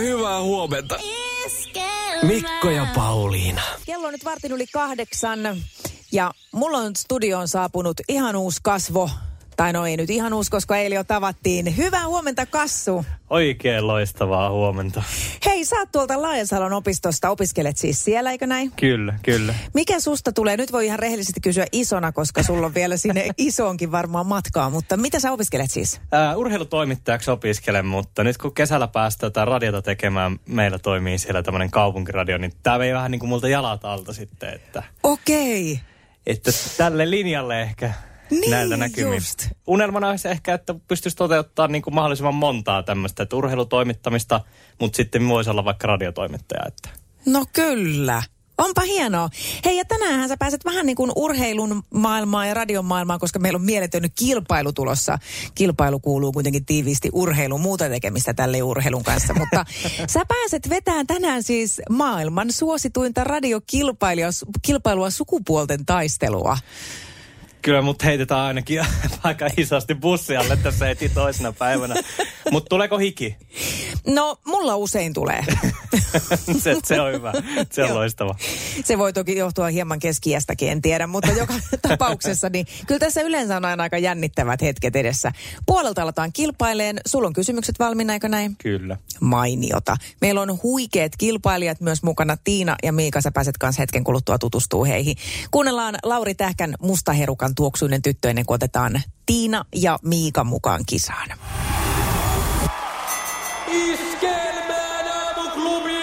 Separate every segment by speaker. Speaker 1: Hyvää huomenta. Mikko ja Pauliina.
Speaker 2: Kello on nyt vartin yli kahdeksan ja mulla on studioon saapunut ihan uusi kasvo. Tai no ei nyt ihan uusi, koska eilen jo tavattiin. Hyvää huomenta Kassu.
Speaker 3: Oikein loistavaa huomenta.
Speaker 2: Hei, sä oot tuolta Laajansalon opistosta, opiskelet siis siellä, eikö näin?
Speaker 3: Kyllä, kyllä.
Speaker 2: Mikä susta tulee? Nyt voi ihan rehellisesti kysyä isona, koska sulla on vielä sinne isoonkin varmaan matkaa, mutta mitä sä opiskelet siis?
Speaker 3: Ää, urheilutoimittajaksi opiskelen, mutta nyt kun kesällä päästään tätä radiota tekemään, meillä toimii siellä tämmöinen kaupunkiradio, niin tämä vei vähän niin kuin multa jalat alta sitten, että,
Speaker 2: Okei. Okay.
Speaker 3: että tälle linjalle ehkä
Speaker 2: Niin,
Speaker 3: näiltä näkymin.
Speaker 2: just.
Speaker 3: Unelmana olisi ehkä, että pystyisi toteuttaa niin kuin mahdollisimman montaa tämmöistä, että urheilutoimittamista, mutta sitten voisi olla vaikka radiotoimittaja, että
Speaker 2: No kyllä. Onpa hienoa. Hei, ja tänäänhän sä pääset vähän niin kuin urheilun maailmaan ja radion maailmaan, koska meillä on mieletön kilpailu tulossa. Kilpailu kuuluu kuitenkin tiiviisti urheiluun, muuta tekemistä tälle urheilun kanssa. Mutta sä pääset vetämään tänään siis maailman suosituinta radiokilpailua kilpailua sukupuolten taistelua.
Speaker 3: Kyllä mut heitetään ainakin aika isosti bussialle tässä heti toisena päivänä. Mutta tuleeko hiki?
Speaker 2: No, mulla usein tulee.
Speaker 3: se, se on hyvä. Se on
Speaker 2: Joo.
Speaker 3: loistava.
Speaker 2: Se voi toki johtua hieman keskiästäkin, en tiedä, mutta joka tapauksessa, niin kyllä tässä yleensä on aina aika jännittävät hetket edessä. Puolelta aletaan kilpaileen, sulla on kysymykset valmiina, eikö näin?
Speaker 3: Kyllä.
Speaker 2: Mainiota. Meillä on huikeat kilpailijat myös mukana, Tiina ja Miika, sä pääset kanssa hetken kuluttua tutustuu heihin. Kuunnellaan Lauri Tähkän mustaherukan tuoksuinen tyttö ennen kuin otetaan Tiina ja Miika mukaan kisaan.
Speaker 4: Iskelmään aamuklubi!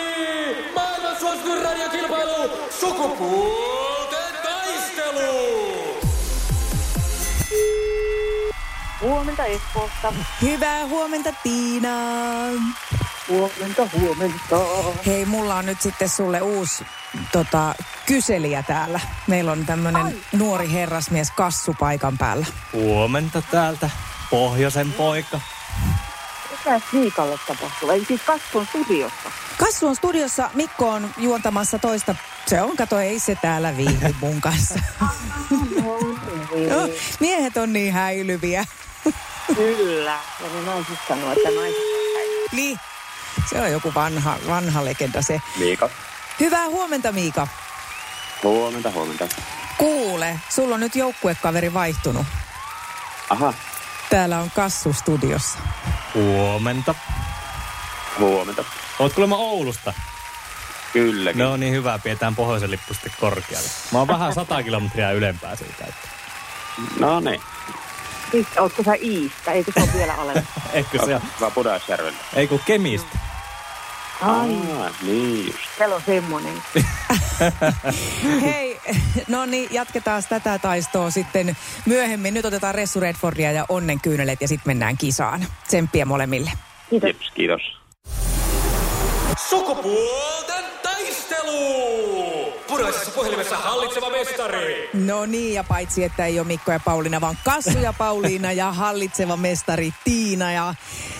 Speaker 4: Maailman suosituin radiokilpailu! Sukupuolten taistelu!
Speaker 5: Huomenta Espoosta.
Speaker 2: Hyvää huomenta Tiina!
Speaker 5: Huomenta, huomenta.
Speaker 2: Hei, mulla on nyt sitten sulle uusi tota, kyselijä täällä. Meillä on tämmönen nuori herrasmies kassu paikan päällä.
Speaker 3: Huomenta täältä. Pohjoisen poika.
Speaker 5: Mitäs Miikalle tapahtuu? Ei siis kasvun studiossa.
Speaker 2: Kassu on studiossa, Mikko on juontamassa toista. Se on, kato, ei se täällä viihdy mun kanssa. No, miehet on niin häilyviä.
Speaker 5: Kyllä. Ja ne naiset sanoo, että naiset
Speaker 2: Niin, se on joku vanha, vanha legenda se.
Speaker 6: Miika.
Speaker 2: Hyvää huomenta, Miika.
Speaker 6: Huomenta, huomenta.
Speaker 2: Kuule, sulla on nyt joukkuekaveri vaihtunut.
Speaker 6: Aha,
Speaker 2: Täällä on Kassu studiossa.
Speaker 3: Huomenta.
Speaker 6: huomenta.
Speaker 3: Oot kuulemma Oulusta.
Speaker 6: Kyllä, no.
Speaker 3: No niin hyvä, pidetään pohjoisen lippu sitten korkealle. Mä oon vähän 100 kilometriä ylempää siitä. Että.
Speaker 6: no niin.
Speaker 5: Siis, ootko sä Iistä? Eikö se ole vielä alemmassa?
Speaker 3: Eikö se ole?
Speaker 6: Hyvä Pudasjärvellä.
Speaker 3: Ei kun Kemistä.
Speaker 5: Ai,
Speaker 6: Ah, niin just.
Speaker 5: siellä on semmonen.
Speaker 2: Hei, no niin, jatketaan tätä taistoa sitten myöhemmin. Nyt otetaan Ressu Redfordia ja onnenkyynelet ja sitten mennään kisaan. Tsemppiä molemmille.
Speaker 5: Kiitos.
Speaker 6: Jeps, kiitos.
Speaker 4: Sukupuolten taistelu! Punaisessa puhelimessa hallitseva mestari!
Speaker 2: No niin, ja paitsi että ei ole Mikko ja Pauliina, vaan Kassu ja Pauliina ja hallitseva mestari Tiina. Ja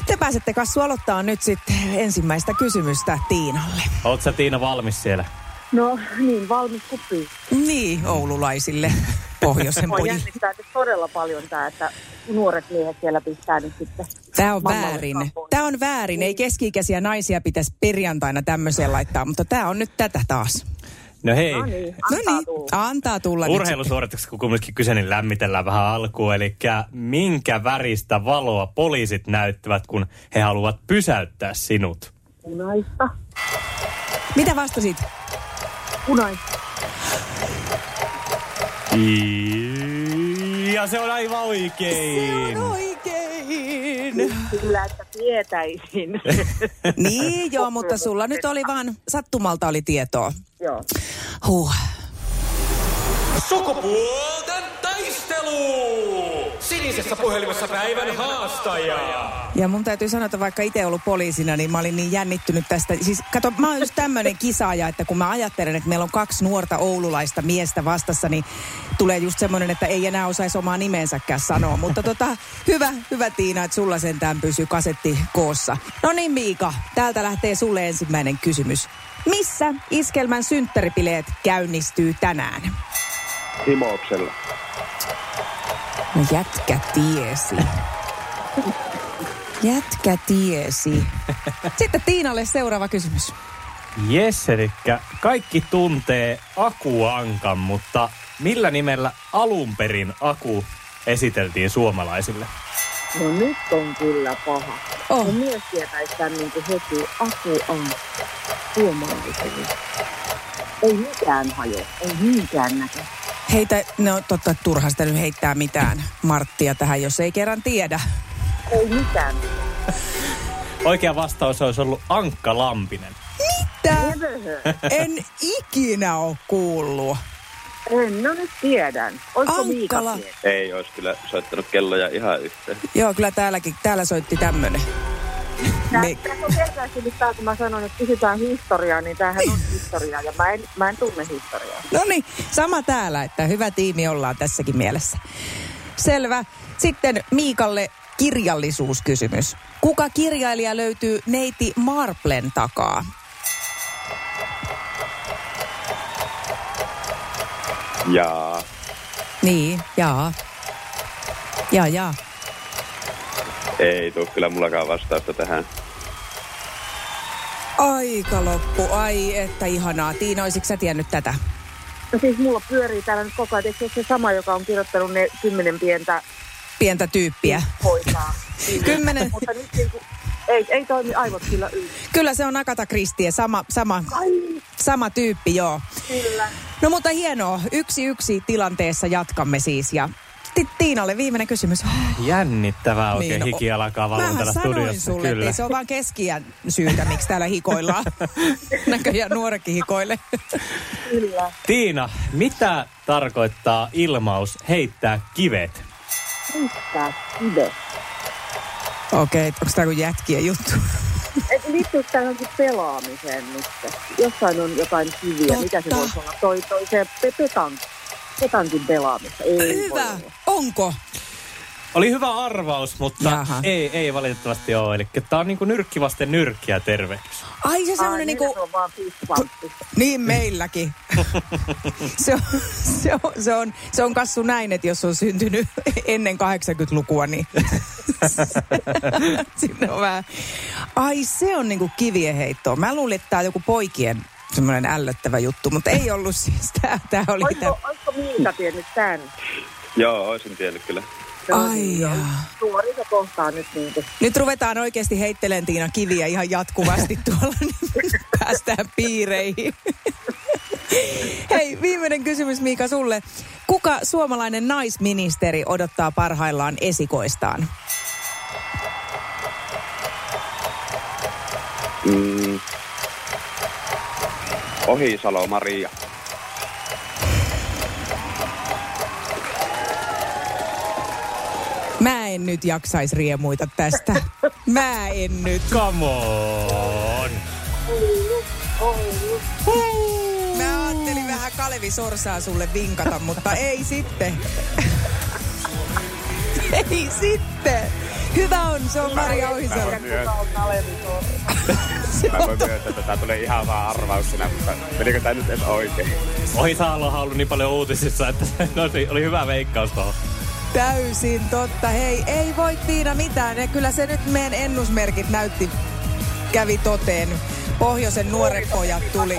Speaker 2: te pääsette Kassu aloittaa nyt sitten ensimmäistä kysymystä Tiinalle.
Speaker 3: Oot sä Tiina valmis siellä?
Speaker 5: No niin, valmis kuin pyykki.
Speaker 2: Niin, oululaisille pohjoisen
Speaker 5: Mua
Speaker 2: pojille.
Speaker 5: jännittää nyt todella paljon tää, että nuoret miehet siellä pistää nyt sitten.
Speaker 2: Tämä on
Speaker 5: mammalle Niin.
Speaker 2: väärin.
Speaker 5: kampoihin.
Speaker 2: Tämä on väärin. Ei keski-ikäisiä naisia pitäisi perjantaina tämmöiseen laittaa, mutta tämä on nyt tätä taas.
Speaker 3: No hei.
Speaker 5: No niin,
Speaker 2: No
Speaker 5: antaa
Speaker 2: niin,
Speaker 5: tulla.
Speaker 2: antaa tulla nyt sitten.
Speaker 3: Urheilusuoritukset, kun kumminkin kyse, niin lämmitellään vähän alkuun. Eli minkä väristä valoa poliisit näyttävät, kun he haluavat pysäyttää sinut?
Speaker 5: Punaista.
Speaker 2: Mitä vastasit?
Speaker 5: Punaista.
Speaker 3: Ja se on aivan oikein.
Speaker 2: oikein.
Speaker 5: Kyllä, että tietäisin.
Speaker 2: Niin joo, mutta sulla nyt oli vaan, sattumalta oli tietoa.
Speaker 5: Joo.
Speaker 2: Huh.
Speaker 4: Sukupuolten taistelu! Sinisessä puhelimessa päivän haastajaa.
Speaker 2: Ja mun täytyy sanoa, että vaikka itse ollut poliisina, niin mä olin niin jännittynyt tästä. Siis kato, mä oon just tämmönen kisaaja, että kun mä ajattelen, että meillä on kaksi nuorta oululaista miestä vastassa, niin tulee just semmoinen, että ei enää osaisi omaa nimensäkään sanoa. Mutta tota, hyvä, hyvä Tiina, että sulla sentään pysyy kasetti koossa. No niin Miika, täältä lähtee sulle ensimmäinen kysymys. Missä iskelmän synttäripileet käynnistyy tänään?
Speaker 6: Himoksella.
Speaker 2: No jätkä tiesi. Jätkä tiesi. Sitten Tiinalle seuraava kysymys.
Speaker 3: Jes, eli kaikki tuntee Aku Ankan, mutta millä nimellä alun perin Aku esiteltiin suomalaisille?
Speaker 5: No nyt on kyllä paha.
Speaker 2: Oh.
Speaker 5: No mies tietäisi tämän niin kuin heti aku on suomalaisille. Ei mitään hajoa, ei minkään näkö.
Speaker 2: Heitä, no totta, turha sitä nyt heittää mitään Marttia tähän, jos ei kerran tiedä.
Speaker 5: Ei mitään.
Speaker 3: Oikea vastaus olisi ollut Ankka Lampinen.
Speaker 2: Tää
Speaker 5: Neverheard.
Speaker 2: en ikinä ole kuullut.
Speaker 5: En, no nyt tiedän. Olisiko Miika
Speaker 2: Ankkala.
Speaker 5: tiedä?
Speaker 6: Ei olisi kyllä soittanut kelloja ihan yhteen.
Speaker 2: Joo, kyllä täälläkin, täällä soitti tämmönen.
Speaker 5: Nää-
Speaker 2: Niin.
Speaker 5: Tässä on selkeästi nyt tää, kun mä sanon, että kysytään historiaa, niin tämähän on historiaa. Ja mä en, mä en tunne historiaa.
Speaker 2: No niin, sama täällä, että hyvä tiimi ollaan tässäkin mielessä. Selvä. Sitten Miikalle kirjallisuuskysymys. Kuka kirjailija löytyy neiti Marplen takaa?
Speaker 6: Jaa.
Speaker 2: Niin, jaa. Jaa, jaa.
Speaker 6: Ei tuu kyllä mullakaan vastausta tähän.
Speaker 2: Aika loppu, ai että ihanaa. Tiina, olisitko sä tiennyt tätä?
Speaker 5: No siis mulla pyörii täällä nyt koko ajan. Eikö se ole se sama, joka on kirjoittanut ne kymmenen pientä
Speaker 2: Pientä tyyppiä.
Speaker 5: hoitaa?
Speaker 2: Kymmenen.
Speaker 5: Mutta nyt niin kuin, ei, ei toimi aivot kyllä yhdessä.
Speaker 2: Kyllä se on Akata Kristie, sama, sama,
Speaker 5: Ai,
Speaker 2: sama tyyppi, joo.
Speaker 5: kyllä.
Speaker 2: No mutta hienoa, yksi yksi tilanteessa jatkamme siis ja Ti- Tiinalle viimeinen kysymys.
Speaker 3: Jännittävää oikein
Speaker 2: Niin,
Speaker 3: niin,
Speaker 2: no,
Speaker 3: hiki alkaa valon
Speaker 2: Mähän
Speaker 3: täällä
Speaker 2: sanoin
Speaker 3: studiossa.
Speaker 2: sulle,
Speaker 3: kyllä.
Speaker 2: että se on vaan keskiän syytä, miksi täällä hikoillaan. Näköjään nuorekin hikoille.
Speaker 5: Kyllä.
Speaker 3: Tiina, mitä tarkoittaa ilmaus heittää kivet?
Speaker 5: Riittää kive.
Speaker 2: Okei, okay, onko tämä kuin jätkien juttu?
Speaker 5: Et liittyykö tämä johonkin pelaamiseen nyt? Jossain on jotain kiviä.
Speaker 2: Totta.
Speaker 5: Mitä se voisi olla? Toi, toi se pe- petan, petankin pelaamista. Ei voi
Speaker 2: Hyvä,
Speaker 5: olla.
Speaker 2: onko?
Speaker 3: Oli hyvä arvaus, mutta
Speaker 2: Jaha.
Speaker 3: ei, ei valitettavasti ole. Eli tämä on niinku nyrkki vasten nyrkkiä tervehdys.
Speaker 2: Ai se
Speaker 5: Ai,
Speaker 2: semmoinen
Speaker 5: meillä
Speaker 2: niinku...
Speaker 5: se on vaan fistpamppi.
Speaker 2: Niin meilläkin. se, on, se, on, se, on, se on kassu näin, että jos on syntynyt ennen 80-lukua, niin sinne on vähän... Ai se on niinku kivien heittoa. Mä luulin, että tää on joku poikien semmoinen ällöttävä juttu, mutta ei ollut siis. Tää, tää oli tää.
Speaker 5: Olisiko, olisiko Miika tiennyt tämän?
Speaker 6: Joo, oisin tiennyt kyllä.
Speaker 5: Se on
Speaker 2: Ai
Speaker 5: niin,
Speaker 2: jaa.
Speaker 5: Suori se kohtaa nyt niin kuin.
Speaker 2: Nyt ruvetaan oikeasti heitteleen Tiina kiviä ihan jatkuvasti tuolla, niin päästään piireihin. Hei, viimeinen kysymys Miika sulle. Kuka suomalainen naisministeri odottaa parhaillaan esikoistaan?
Speaker 6: Mm. Ohisalo Maria.
Speaker 2: Mä en nyt jaksaisi riemuita tästä. Mä en nyt.
Speaker 3: Come on!
Speaker 2: Mä ajattelin vähän Kalevi Sorsaa sulle vinkata, mutta ei sitten. ei sitten. Hyvä on, se on Maria Ohisalo.
Speaker 5: Kuka on Kalevi Sorsa?
Speaker 6: Mä voin myöntää, että tää tulee ihan vaan arvauksena, mutta menikö tää nyt edes oikein?
Speaker 3: Ohisalohan on ollut niin paljon uutisissa, että no, niin, oli hyvä veikkaus tuohon.
Speaker 2: Täysin totta. Hei, ei voi Tiina mitään. Ja kyllä se nyt meidän ennusmerkit näytti, kävi toteen. Pohjoisen nuoret pojat tuli.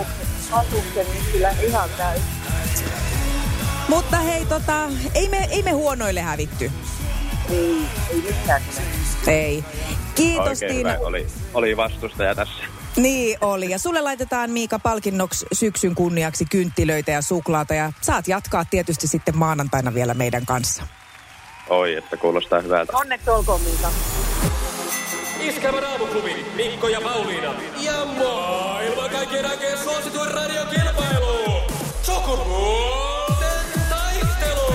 Speaker 5: Asuksen niin kyllä ihan täysin.
Speaker 2: Mutta hei, tota, ei me, ei me huonoille hävitty.
Speaker 5: Ei, ei mitään.
Speaker 2: Ei. Kiitos
Speaker 6: Oikein
Speaker 2: Tiina.
Speaker 6: hyvä. Oli, oli vastustaja tässä.
Speaker 2: Niin oli. Ja sulle laitetaan Miika palkinnoksi syksyn kunniaksi kynttilöitä ja suklaata. Ja saat jatkaa tietysti sitten maanantaina vielä meidän kanssa.
Speaker 6: Oi, että kuulostaa hyvältä.
Speaker 5: Onneksi olkoon Miika.
Speaker 4: Iskelmän aamuklubi, Mikko ja Pauliina. Ja maailman kaikkien aikeen suosituen radiokilpailu. Sukupuolten taistelu.